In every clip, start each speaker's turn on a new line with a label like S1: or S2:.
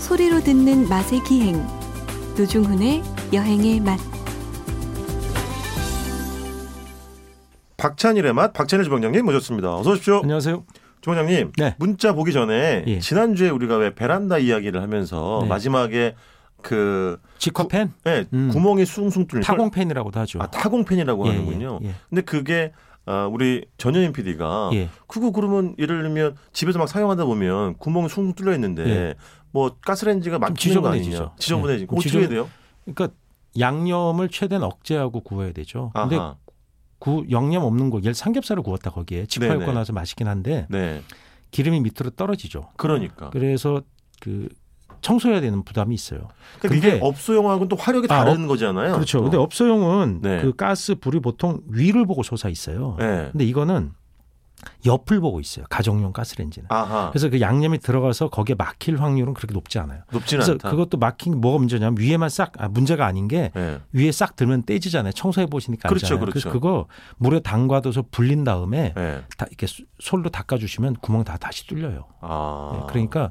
S1: 소리로 듣는 맛의 기행 노중훈의 여행의 맛
S2: 박찬일의 맛 박찬일 주방장님 모셨습니다. 어서 오십시오.
S3: 안녕하세요.
S2: 주방장님
S3: 네.
S2: 문자 보기 전에
S3: 예.
S2: 지난주에 우리가 왜 베란다 이야기를 하면서
S3: 네.
S2: 마지막에 그
S3: 직화팬,
S2: 예,
S3: 음.
S2: 구멍이 숭숭 뚫린 걸-
S3: 타공팬이라고도 하죠.
S2: 네. 아 타공팬이라고
S3: 예,
S2: 하는군요.
S3: 예, 예.
S2: 근데 그게 아, 우리 전현인 PD가
S3: 예.
S2: 그거 그러면 예를 들면 집에서 막 사용하다 보면 구멍이 숭숭 뚫려 있는데
S3: 예.
S2: 뭐 가스레인지가 막히는 거
S3: 지저분해지죠.
S2: 아니냐? 지저분해지고
S3: 예.
S2: 어떻게
S3: 지저분-
S2: 해야 돼요?
S3: 그러니까 양념을 최대한 억제하고 구워야 되죠. 근데
S2: 아하.
S3: 구 양념 없는 거, 예를 삼겹살을 구웠다 거기에 직화
S2: 네네.
S3: 육고 나서 맛있긴 한데
S2: 네.
S3: 기름이 밑으로 떨어지죠.
S2: 그러니까.
S3: 그래서 그 청소해야 되는 부담이 있어요.
S2: 그러니까 이게
S3: 근데-
S2: 업소용하고는 또 화력이
S3: 아,
S2: 다른 거잖아요.
S3: 그렇죠.
S2: 또.
S3: 근데 업소용은
S2: 네.
S3: 그 가스 불이 보통 위를 보고 솟아 있어요.
S2: 네.
S3: 근데 이거는 옆을 보고 있어요. 가정용 가스레인지는.
S2: 아하.
S3: 그래서 그 양념이 들어가서 거기에 막힐 확률은 그렇게 높지 않아요.
S2: 높지는
S3: 그래서
S2: 않다.
S3: 그것도 막힌 게 뭐가 문제냐면 위에만 싹 아, 문제가 아닌 게
S2: 예.
S3: 위에 싹 들면 떼지잖아요. 청소해 보시니까
S2: 그렇죠,
S3: 알잖아요.
S2: 그렇죠.
S3: 그래서 그거 물에 담가둬서 불린 다음에
S2: 예.
S3: 다 이렇게 수- 솔로 닦아주시면 구멍 다 다시 뚫려요.
S2: 아.
S3: 네, 그러니까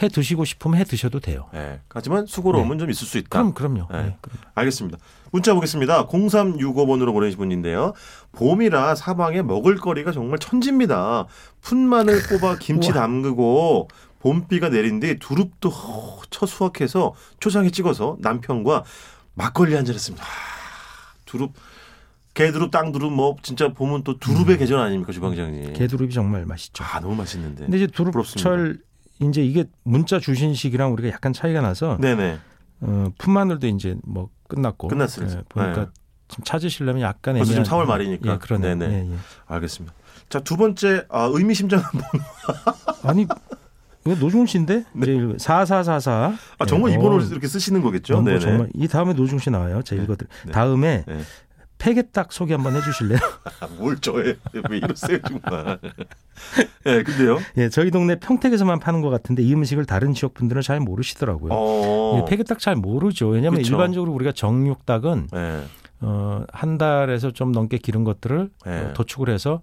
S3: 해 드시고 싶으면 해 드셔도 돼요.
S2: 예. 하지만 수고로움은 좀 있을 수 있다.
S3: 네. 그럼 그럼요.
S2: 네.
S3: 네, 그럼.
S2: 알겠습니다. 문자 보겠습니다. 0365번으로 보내신 분인데요. 봄이라 사방에 먹을거리가 정말 천지입니다. 푼마늘 뽑아 김치
S3: 우와.
S2: 담그고 봄비가 내린 뒤 두릅도 허쳐 수확해서 초장에 찍어서 남편과 막걸리 한잔 했습니다. 아, 두릅 개두릅 땅두릅 뭐 진짜 봄은 또 두릅의 계절 아닙니까 주방장님.
S3: 음. 개두릅이 정말 맛있죠.
S2: 예. 아 너무 맛있는데.
S3: 근데 이제
S2: 부럽습니다.
S3: 두릅철 이제 이게 문자 주신 식이랑 우리가 약간 차이가 나서
S2: 네네.
S3: 어, 풋마늘도 이제 뭐 끝났고
S2: 끝났어요.
S3: 예, 보니까
S2: 네.
S3: 좀 찾으시려면 약간
S2: 벌써 지금
S3: 애매한-
S2: 사월 말이니까.
S3: 예, 그러네.
S2: 네네.
S3: 예, 예.
S2: 알겠습니다. 자 두 번째 아, 의미심장
S3: 아니 이거 노중 씨인데
S2: 네.
S3: 제일 4444.
S2: 아 정말
S3: 예,
S2: 이번호
S3: 어,
S2: 이렇게 쓰시는 거겠죠?
S3: 정말,
S2: 네네.
S3: 정말 이 다음에 노중 씨 나와요. 제가
S2: 네.
S3: 읽어드릴
S2: 네.
S3: 다음에
S2: 네.
S3: 폐개딱 소개 한번 해주실래요?
S2: 아, 뭘 저에 왜 이러세요 정말? 예, 근데요.
S3: 예, 저희 동네 평택에서만 파는 것 같은데 이 음식을 다른 지역 분들은 잘 모르시더라고요.
S2: 어. 그렇죠.
S3: 예, 폐개딱 잘 모르죠. 왜냐하면
S2: 그쵸.
S3: 일반적으로 우리가 정육닭은
S2: 예.
S3: 어, 한 달에서 좀 넘게 기른 것들을
S2: 네.
S3: 어, 도축을 해서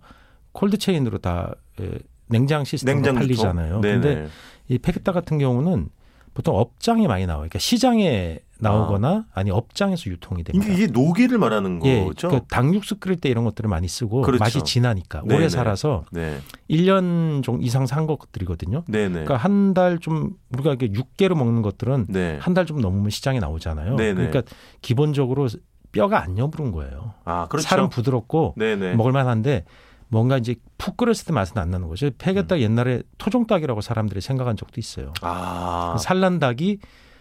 S3: 콜드 체인으로 다 예, 냉장 시스템으로
S2: 냉장
S3: 팔리잖아요.
S2: 네네.
S3: 근데 이 폐기닭 같은 경우는 보통 업장에 많이 나와요. 그러니까 시장에 나오거나 아. 니 업장에서 유통이
S2: 이게,
S3: 됩니다.
S2: 이게 노기를 말하는
S3: 예,
S2: 거죠?
S3: 그 당육수 끓일 때 이런 것들을 많이 쓰고
S2: 그렇죠.
S3: 맛이 진하니까
S2: 네네.
S3: 오래 살아서
S2: 네.
S3: 1년 종 이상 산 것들이거든요.
S2: 네네.
S3: 그러니까 한 달 좀 우리가 이게 육개로 먹는 것들은
S2: 네.
S3: 한 달 좀 넘으면 시장에 나오잖아요.
S2: 네네.
S3: 그러니까 기본적으로 뼈가 안 여부른 거예요.
S2: 아, 그렇죠.
S3: 살은 부드럽고
S2: 네네.
S3: 먹을만한데 뭔가 이제 푹 끓였을 때 맛은 안 나는 거죠.
S2: 음.
S3: 폐개닭 옛날에 토종닭이라고 사람들이 생각한 적도 있어요.
S2: 아,
S3: 산란닭이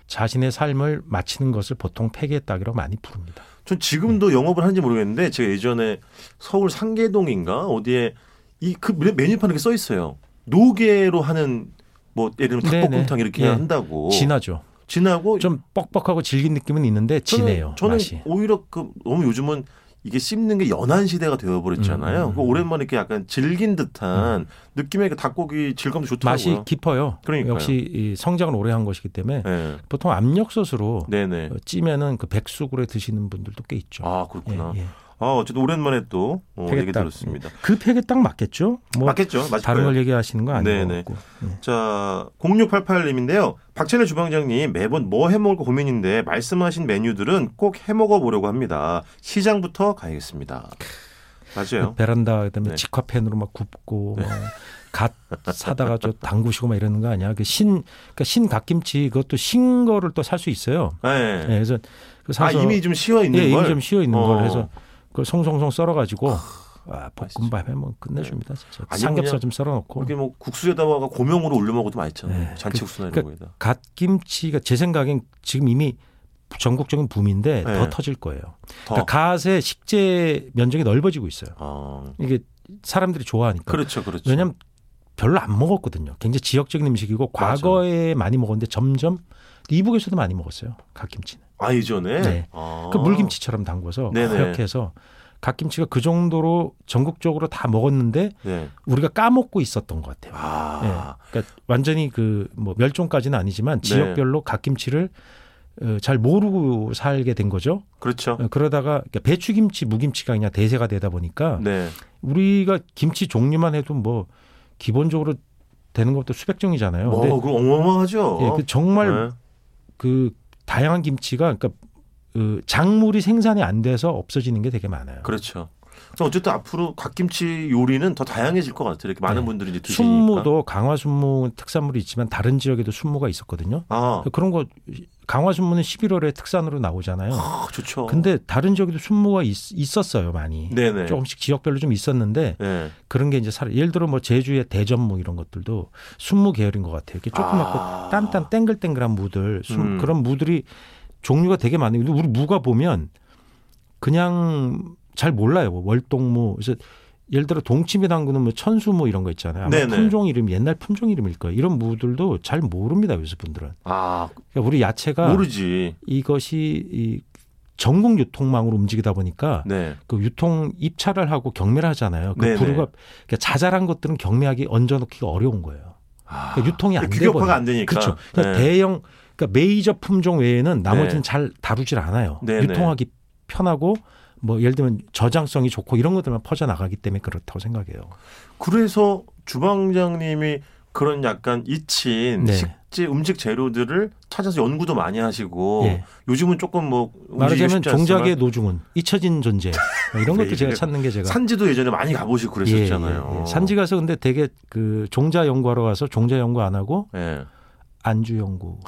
S3: 자신의 삶을 마치는 것을 보통 폐계닭이라고 많이 부릅니다.
S2: 전 지금도 영업을 하는지 모르겠는데 제가 예전에 서울 상계동인가 어디에 이 그 메뉴판에 이렇게 써 있어요. 노계로 하는 뭐 예를 들면
S3: 네네.
S2: 닭볶음탕 이렇게
S3: 예.
S2: 한다고
S3: 진하죠.
S2: 진하고
S3: 좀 뻑뻑하고 질긴 느낌은 있는데
S2: 저는-
S3: 진해요.
S2: 저는
S3: 맛이.
S2: 오히려 그 너무 요즘은 이게 씹는 게 연한 시대가 되어버렸잖아요.
S3: 음, 음,
S2: 그 오랜만에 이렇게 약간 질긴 듯한 느낌의 그 닭고기 질감도
S3: 맛이
S2: 좋더라고요.
S3: 깊어요.
S2: 그러니까요.
S3: 역시 이 성장을 오래 한 것이기 때문에
S2: 예.
S3: 보통 압력솥으로
S2: 네네.
S3: 어, 찌면은 그 백숙으로 드시는 분들도 꽤 있죠.
S2: 아 그렇구나.
S3: 예, 예.
S2: 아 어쨌든 오랜만에 또 어, 얘기
S3: 폐계닭.
S2: 들었습니다.
S3: 그 폐계닭 맞겠죠? 뭐
S2: 맞겠죠? 맞을
S3: 다른
S2: 거예요.
S3: 걸 얘기하시는 거 아니고.
S2: 네네.
S3: 예.
S2: 자, 0688님인데요. 박찬일 주방장님 매번 뭐 해먹을까 고민인데 말씀하신 메뉴들은 꼭 해먹어 보려고 합니다. 시장부터 가야겠습니다. 맞아요.
S3: 뭐 베란다 그다음에
S2: 네.
S3: 직화펜으로 막 굽고 뭐 갓 사다가 저 담그시고 막 이러는 거 아니야? 그 신 그러니까 신갓김치 그것도 신 거를 또 살 수 있어요.
S2: 네.
S3: 예, 그래서 그
S2: 아
S3: 사서
S2: 이미 좀 쉬어 있는
S3: 예, 이미
S2: 걸.
S3: 좀 쉬어 있는
S2: 어.
S3: 걸 해서 그걸 송송송 썰어 가지고 아, 볶음밥 해면 끝내줍니다. 진짜.
S2: 아니, 그냥
S3: 삼겹살 좀 썰어 놓고
S2: 이렇게 뭐 국수에다가 고명으로 올려 먹어도 맛있잖아요.
S3: 네.
S2: 잔치국수나
S3: 그-
S2: 이런 거에다.
S3: 갓김치가 제 생각엔 지금 이미 전국적인 붐인데
S2: 네.
S3: 더 터질 거예요.
S2: 더.
S3: 그러니까 갓의 식재 면적이 넓어지고 있어요.
S2: 아,
S3: 이게 사람들이 좋아하니까.
S2: 그렇죠, 그렇죠.
S3: 그러니까 왜냐하면 별로 안 먹었거든요. 굉장히 지역적인 음식이고
S2: 맞아.
S3: 과거에 많이 먹었는데 점점 이북에서도 많이 먹었어요. 갓김치는.
S2: 아 이전에
S3: 네.
S2: 아.
S3: 그 물김치처럼 담궈서
S2: 네네.
S3: 이렇게 해서 갓김치가 그 정도로 전국적으로 다 먹었는데
S2: 네.
S3: 우리가 까먹고 있었던 것 같아요.
S2: 아,
S3: 예. 그러니까 완전히 그 뭐 멸종까지는 아니지만
S2: 네.
S3: 지역별로 갓김치를 어, 잘 모르고 살게 된 거죠.
S2: 그렇죠.
S3: 어, 그러다가 그러니까 배추김치, 무김치가 그냥 대세가 되다 보니까
S2: 네,
S3: 우리가 김치 종류만 해도 뭐 기본적으로 되는 것도 수백 종이잖아요.
S2: 뭐
S3: 어,
S2: 네.
S3: 근데
S2: 그 어마어마하죠.
S3: 예, 그 정말 그 다양한 김치가 그러니까 그 작물이 생산이 안 돼서 없어지는 게 되게 많아요.
S2: 렇죠 그래서 어쨌든 앞으로 갓김치 요리는 더 다양해질 것 같아요. 이렇게 많은
S3: 네.
S2: 분들이 이제 드시니까.
S3: 순무도 강화 순무 특산물이 있지만 다른 지역에도 순무가 있었거든요. 그러니까
S2: 아,
S3: 그런 거 강화 순무는 11월에 특산으로 나오잖아요.
S2: 아, 좋죠.
S3: 근데 다른 지역에도 순무가 있, 었어요 많이.
S2: 네네.
S3: 조금씩 지역별로 좀 있었는데
S2: 네.
S3: 그런 게 이제 살 예를 들어 뭐 제주의 대전무 이런 것들도 순무 계열인 것 같아요. 이렇게 조그맣고
S2: 아.
S3: 딴딴 땡글땡글한 무들 순-
S2: 음.
S3: 그런 무들이 종류가 되게 많아요. 근데 우리 무가 보면 그냥 잘 몰라요. 뭐 월동무 그래서 예를 들어 동치미 당구는 뭐 천수무 이런 거 있잖아요. 아마
S2: 네네.
S3: 품종 이름 옛날 품종 이름일 거예요. 이런 무들도 잘 모릅니다. 요새 분들은.
S2: 아,
S3: 그러니까 우리 야채가
S2: 모르지.
S3: 이것이 이 전국 유통망으로 움직이다 보니까
S2: 네.
S3: 그 유통 입찰을 하고 경매를 하잖아요. 그
S2: 네네.
S3: 부류가 그러니까 자잘한 것들은 경매하기 얹어놓기가 어려운 거예요.
S2: 아,
S3: 그러니까 유통이 안
S2: 규격화가 안 되니까.
S3: 그렇죠. 그러니까
S2: 네.
S3: 대형 그러니까 메이저 품종 외에는 나머지는
S2: 네.
S3: 잘 다루질 않아요.
S2: 네네.
S3: 유통하기 편하고 뭐 예를 들면 저장성이 좋고 이런 것들만 퍼져 나가기 때문에 그렇다고 생각해요.
S2: 그래서 주방장님이 그런 약간 잊힌
S3: 네.
S2: 식재 음식 재료들을 찾아서 연구도 많이 하시고
S3: 예.
S2: 요즘은 조금 뭐 움직이기
S3: 말하자면
S2: 쉽지 않지만
S3: 종자계 노중은 잊혀진 존재 뭐 이런
S2: 네,
S3: 것도 제가
S2: 이게
S3: 찾는 게 제가
S2: 산지도 예전에 많이 가보시고 그랬었잖아요. 어.
S3: 예, 예, 예. 산지 가서 근데 되게 그 종자 연구하러 가서 종자 연구 안 하고
S2: 예.
S3: 안주 연구.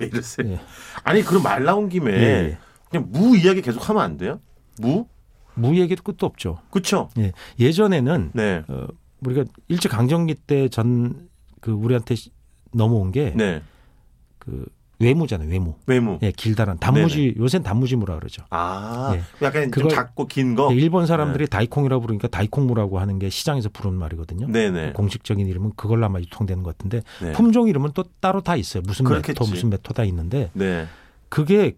S2: 이랬어요.
S3: 예.
S2: 아니 그럼 말 나온 김에
S3: 예, 예.
S2: 그냥 무 이야기 계속 하면 안 돼요? 무?
S3: 무 얘기도 끝도 없죠.
S2: 그쵸?
S3: 예. 예전에는
S2: 네.
S3: 어, 우리가 일제 강점기 때 전 그 우리한테 시- 넘어온 게 그
S2: 네.
S3: 외모잖아요, 외모.
S2: 외무.
S3: 예, 길다란 단무지 요새 는 단무지무라 그러죠.
S2: 아, 약간 좀
S3: 그걸-
S2: 작고 긴 거.
S3: 예, 일본
S2: 네.
S3: 사람들이 다이콩이라고 부르니까 다이콩무라고 하는 게 시장에서 부르는 말이거든요.
S2: 네네.
S3: 공식적인 이름은 그걸로 아마 유통되는 것 같은데
S2: 네.
S3: 예. 품종 이름은 또 따로 다 있어요. 무슨
S2: 그렇겠지.
S3: 메토 무슨 메토 다 있는데
S2: 네.
S3: 그게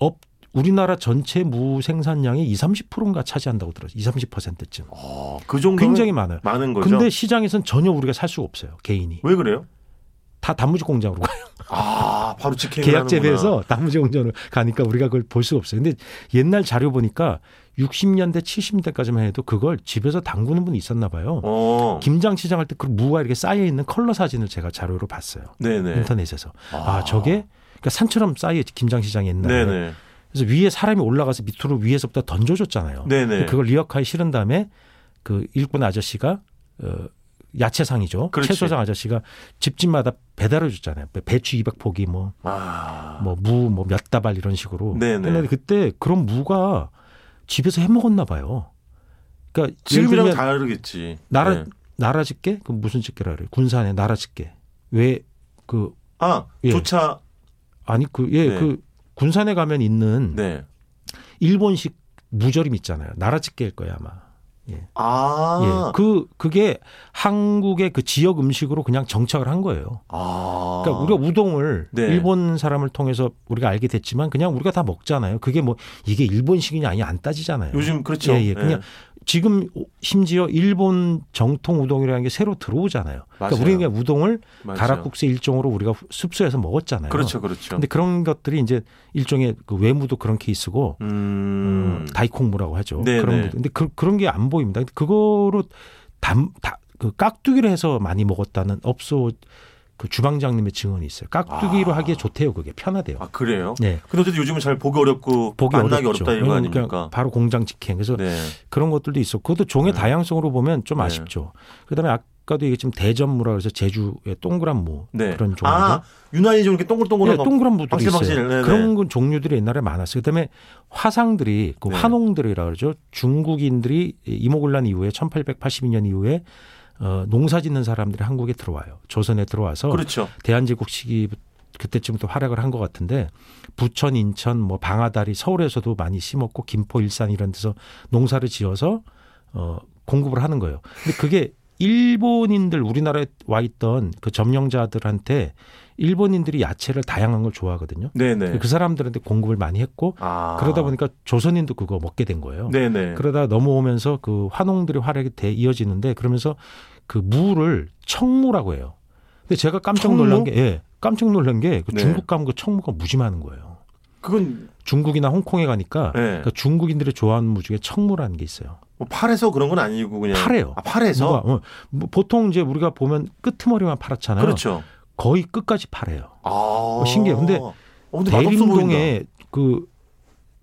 S3: 업 우리나라 전체 무 생산량의 20, 30%인가 차지한다고 들었어요. 20, 30%쯤.
S2: 어, 그 정도
S3: 굉장히 많아요.
S2: 많은 거죠.
S3: 근데 시장에선 전혀 우리가 살 수가 없어요. 개인이.
S2: 왜 그래요?
S3: 다 단무지 공장으로 가요.
S2: 아, 바로 직행
S3: 계약 재배해서 단무지 공장으로 가니까 우리가 그걸 볼 수가 없어요. 근데 옛날 자료 보니까 60년대, 70년대까지만 해도 그걸 집에서 담그는 분이 있었나 봐요.
S2: 어.
S3: 김장 시장할 때 그 무가 이렇게 쌓여 있는 컬러 사진을 제가 자료로 봤어요.
S2: 네네.
S3: 인터넷에서. 아, 저게 그러니까 산처럼 쌓여 김장 시장 옛날에.
S2: 네네.
S3: 그래서 위에 사람이 올라가서 밑으로 위에서부터 던져줬잖아요.
S2: 네네.
S3: 그걸 리어카에 실은 다음에 그 일꾼 아저씨가 어, 야채상이죠.
S2: 그렇지.
S3: 채소상 아저씨가 집집마다 배달해 줬잖아요. 배추 200포기 뭐
S2: 아.
S3: 뭐 무 뭐 몇 다발 이런 식으로.
S2: 네네.
S3: 했는데 그때 그런 무가 집에서 해 먹었나 봐요. 그러니까 예를
S2: 지금이랑
S3: 들면
S2: 다르겠지.
S3: 나라
S2: 네.
S3: 나라 집게 그 무슨 집게라 그래요. 군산에 나라 집게 왜 그
S2: 아,
S3: 예.
S2: 조차.
S3: 아니 그 예 그
S2: 네.
S3: 군산에 가면 있는
S2: 네.
S3: 일본식 무절임 있잖아요. 나라 집게일 거예요 아마.
S2: 아.
S3: 예. 그 그게 한국의 그 지역 음식으로 그냥 정착을 한 거예요.
S2: 아.
S3: 그러니까 우리가 우동을
S2: 네.
S3: 일본 사람을 통해서 우리가 알게 됐지만 그냥 우리가 다 먹잖아요. 그게 뭐 이게 일본식이냐 아니 안 따지잖아요.
S2: 요즘 그렇죠.
S3: 예, 예. 그냥 지금 심지어 일본 정통 우동이라는 게 새로 들어오잖아요.
S2: 맞아요.
S3: 그러니까 우리는 그냥 우동을
S2: 맞아요.
S3: 가락국수 일종으로 우리가 습수해서 먹었잖아요.
S2: 그렇죠, 그렇죠.
S3: 근데 그런 것들이 이제 일종의 그 외무도 그런 케이스고
S2: 음.
S3: 음, 다이콩무라고 하죠.
S2: 네네.
S3: 그런 분 근데 그, 런 게 안 보입니다. 근데 그거로 담, 다, 그 깍두기를 해서 많이 먹었다는 업소 그 주방장님의 증언이 있어요. 깍두기로
S2: 아.
S3: 하기에 좋대요. 그게 편하대요.
S2: 아 그래요?
S3: 네.
S2: 근데 어쨌든 요즘은 잘 보기 어렵고
S3: 보기
S2: 만나기
S3: 어렵죠.
S2: 어렵다 이거
S3: 왜냐면 그냥
S2: 아닙니까?
S3: 바로 공장 직행. 그래서
S2: 네.
S3: 그런 것들도 있어. 그것도 종의
S2: 네.
S3: 다양성으로 보면 좀
S2: 네.
S3: 아쉽죠. 그다음에 아까도 이게 지금 대전무라 그래서 제주의 동그란 무
S2: 네.
S3: 그런 종류.
S2: 아 유난히 좀 이렇게
S3: 예,
S2: 동글동글한 거.
S3: 동그란 무도 있어요.
S2: 박실박실, 네네.
S3: 그런 건 종류들이 옛날에 많았어요. 그다음에 화상들이 그
S2: 네.
S3: 화농들이라 그러죠. 중국인들이 이모군란 이후에 1882년 이후에 어, 농사짓는 사람들이 한국에 들어와요. 조선에 들어와서
S2: 그렇죠.
S3: 대한제국 시기 그때쯤부터 활약을 한 것 같은데 부천, 인천, 뭐 방아다리, 서울에서도 많이 심었고 김포, 일산 이런 데서 농사를 지어서 어, 공급을 하는 거예요. 근데 그게 일본인들 우리나라에 와 있던 그 점령자들한테 일본인들이 야채를 다양한 걸 좋아하거든요.
S2: 네네.
S3: 그 사람들한테 공급을 많이 했고
S2: 아
S3: 그러다 보니까 조선인도 그거 먹게 된 거예요.
S2: 네네.
S3: 그러다 넘어오면서 그 환웅들의 활약이 돼 이어지는데 그러면서 그 무를 청무라고 해요. 근데 제가 깜짝 놀란
S2: 청무?
S3: 게 예, 깜짝 놀란 게그
S2: 네.
S3: 중국 가면 그 청무가 무지 많은 거예요.
S2: 그건
S3: 중국이나 홍콩에 가니까
S2: 네.
S3: 그러니까 중국인들이 좋아하는 무 중에 청무라는 게 있어요.
S2: 뭐 팔에서 그런 건 아니고 그냥
S3: 파래요.
S2: 아, 팔에서
S3: 뭐가, 어, 뭐 보통 이제 우리가 보면 끄트머리만 팔았잖아요.
S2: 그렇죠.
S3: 거의 끝까지 팔아요.
S2: 아
S3: 신기해요. 근데
S2: 어, 근데 맛없어 보인다.
S3: 대림동에 그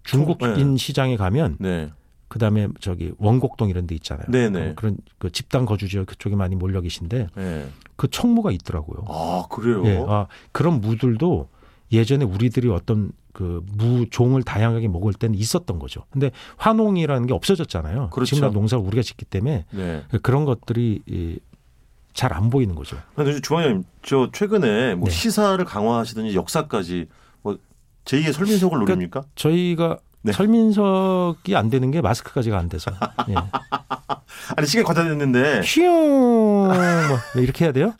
S3: 중국인 시장에 가면
S2: 네.
S3: 그다음에 저기 원곡동 이런 데 있잖아요.
S2: 네네.
S3: 그런 그 집단 거주 지역 그쪽에 많이 몰려 계신데
S2: 네.
S3: 그 총무가 있더라고요.
S2: 아 그래요.
S3: 예, 아, 그런 무들도 예전에 우리들이 어떤 그 무종을 다양하게 먹을 때는 있었던 거죠. 근데 화농이라는 게 없어졌잖아요.
S2: 그렇죠.
S3: 지금 농사를 우리가 짓기 때문에
S2: 네.
S3: 그런 것들이 잘 안 보이는 거죠.
S2: 근데 주방장님 저 최근에 뭐
S3: 네.
S2: 시사를 강화하시더니 역사까지 뭐 제2의 설민석을
S3: 그러니까
S2: 노립니까?
S3: 저희가
S2: 네.
S3: 설민석이 안 되는 게 마스크까지가 안 돼서 예.
S2: 아니 시간 과다됐는데
S3: 휘용 뭐 이렇게 해야 돼요?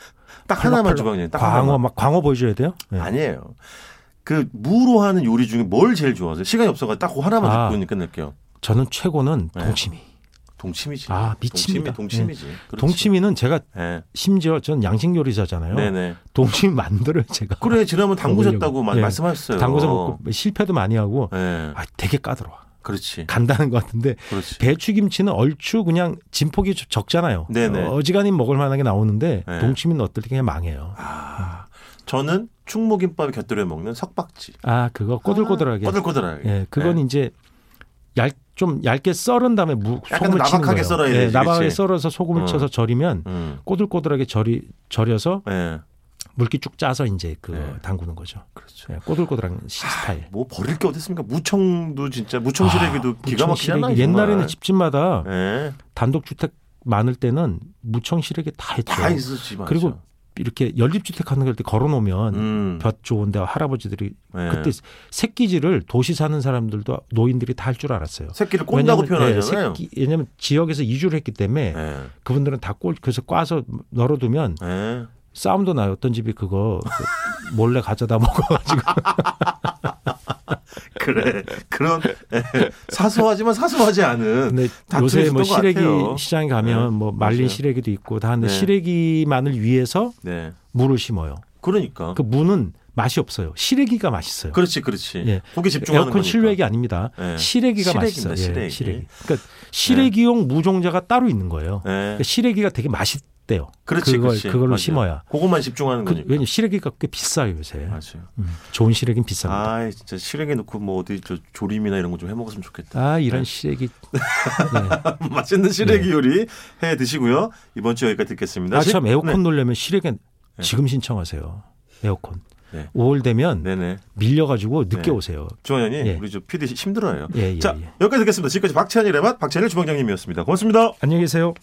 S2: 딱 하나만
S3: 아, 팔랑팔랑.
S2: 주방장님 딱
S3: 광어
S2: 하나만.
S3: 막 광어 보여줘야 돼요? 예.
S2: 아니에요. 그 무로 하는 요리 중에 뭘 제일 좋아하세요? 시간이 없어가지고 딱그 하나만
S3: 아.
S2: 듣고 끝낼게요.
S3: 저는 최고는
S2: 네.
S3: 동치미.
S2: 동치미지.
S3: 아, 미칩니다. 네.
S2: 동치미, 동치미지. 그렇지.
S3: 동치미는 제가
S2: 예.
S3: 심지어 전 양식 요리사잖아요.
S2: 그렇죠. 네네.
S3: 동치미 만들어요 제가.
S2: 아, 그래 지난번 담그셨다고
S3: 먹으려고.
S2: 많이
S3: 예.
S2: 말씀하셨어요.
S3: 담궈서 먹고 실패도 많이 하고
S2: 예.
S3: 아, 되게 까다로워.
S2: 그렇지.
S3: 간다는 것 같은데
S2: 그렇지.
S3: 배추김치는 얼추 그냥 진폭이 좀 적잖아요.
S2: 네네.
S3: 어, 지간히 먹을 만하게 나오는데
S2: 네.
S3: 동치미는 어떨 때 그냥 망해요.
S2: 아, 저는 충무김밥에 곁들여 먹는 석박지.
S3: 아 그거 꼬들꼬들하게.
S2: 꼬들꼬들하게. 네.
S3: 예, 그건 이제 얇, 좀 얇게 썰은 다음에 무,
S2: 약간
S3: 소금을 치는
S2: 나박하게
S3: 거예요.
S2: 썰어야
S3: 예,
S2: 되지,
S3: 나박하게
S2: 그치?
S3: 썰어서 소금을
S2: 어.
S3: 쳐서 절이면
S2: 음.
S3: 꼬들꼬들하게 절이 절여서
S2: 예.
S3: 물기 쭉 짜서 이제 그
S2: 네.
S3: 담그는 거죠.
S2: 그렇죠.
S3: 예, 꼬들꼬들한 시- 스타일.
S2: 뭐 버릴 게 어딨습니까? 무청도 진짜 무청 시래기도
S3: 아,
S2: 기가
S3: 무청시래기.
S2: 막히잖아요.
S3: 옛날에는
S2: 정말.
S3: 집집마다
S2: 예.
S3: 단독주택 많을 때는 무청 시래기 다 했죠.
S2: 다 있었지 맞아.
S3: 그리고 이렇게 연립주택 하는 걸 이렇게 걸어놓으면
S2: 음.
S3: 볕 좋은데 할아버지들이
S2: 예.
S3: 그때 새끼질을 도시 사는 사람들도 노인들이 다 할 줄 알았어요.
S2: 새끼를 꼰다고
S3: 왜냐면, 예,
S2: 표현하잖아요.
S3: 새끼- 왜냐면 지역에서 이주를 했기 때문에
S2: 예.
S3: 그분들은 다 꼴, 그래서 꽈서 널어두면
S2: 예.
S3: 싸움도 나요. 어떤 집이 그거 그 몰래 가져다 먹어가지고.
S2: 그래 그런 예. 사소하지만 사소하지 않은
S3: 근데
S2: 다툼이
S3: 요새 뭐
S2: 있었던 것
S3: 시래기
S2: 같아요.
S3: 시장에 가면
S2: 네,
S3: 뭐 말린
S2: 맞아요.
S3: 시래기도 있고 다 하는데
S2: 네.
S3: 시래기만을 위해서
S2: 네
S3: 무를 심어요.
S2: 그러니까
S3: 그 무는 맛이 없어요. 시래기가 맛있어요.
S2: 그, 렇지 그렇지
S3: 예.
S2: 거기 집중하는
S3: 에어컨
S2: 거니까
S3: 실외기 아닙니다.
S2: 예.
S3: 시래기가
S2: 시래기입니다,
S3: 맛있어요.
S2: 시래기.
S3: 예, 시래기. 그러니까 시래기용 무종자가 따로 있는 거예요.
S2: 예.
S3: 그러니까 시래기가 되게 맛있대요.
S2: 그렇지
S3: 걸
S2: 지
S3: 걸로 심어야.
S2: 그것만 집중하는
S3: 그,
S2: 거니까
S3: 왜냐면 시래기가 꽤 비싸요 요새.
S2: 맞아요
S3: 음, 좋은 시래기는 비쌉니다. 아,
S2: 아 진짜 시래기 넣고 뭐 어디 저 조림이나 이런 거 좀 해먹었으면 좋겠다
S3: 아, 이런 시래기. 네.
S2: 맛있는 시래기 요리 해 드시고요 이번 주 여기까지 듣겠습니다
S3: 아참
S2: 네.
S3: 에어컨 놀려면 시래기 지금 신청하세요. 에어컨.
S2: 네.
S3: 5월 되면
S2: 네네
S3: 밀려가지고 늦게
S2: 네.
S3: 오세요.
S2: 주원현이
S3: 예.
S2: 우리 저 PD 힘들어요
S3: 예, 예,
S2: 자
S3: 예.
S2: 여기까지 듣겠습니다 지금까지 박찬일의 맛 박찬일 주방장님이었습니다 고맙습니다
S3: 안녕히 계세요.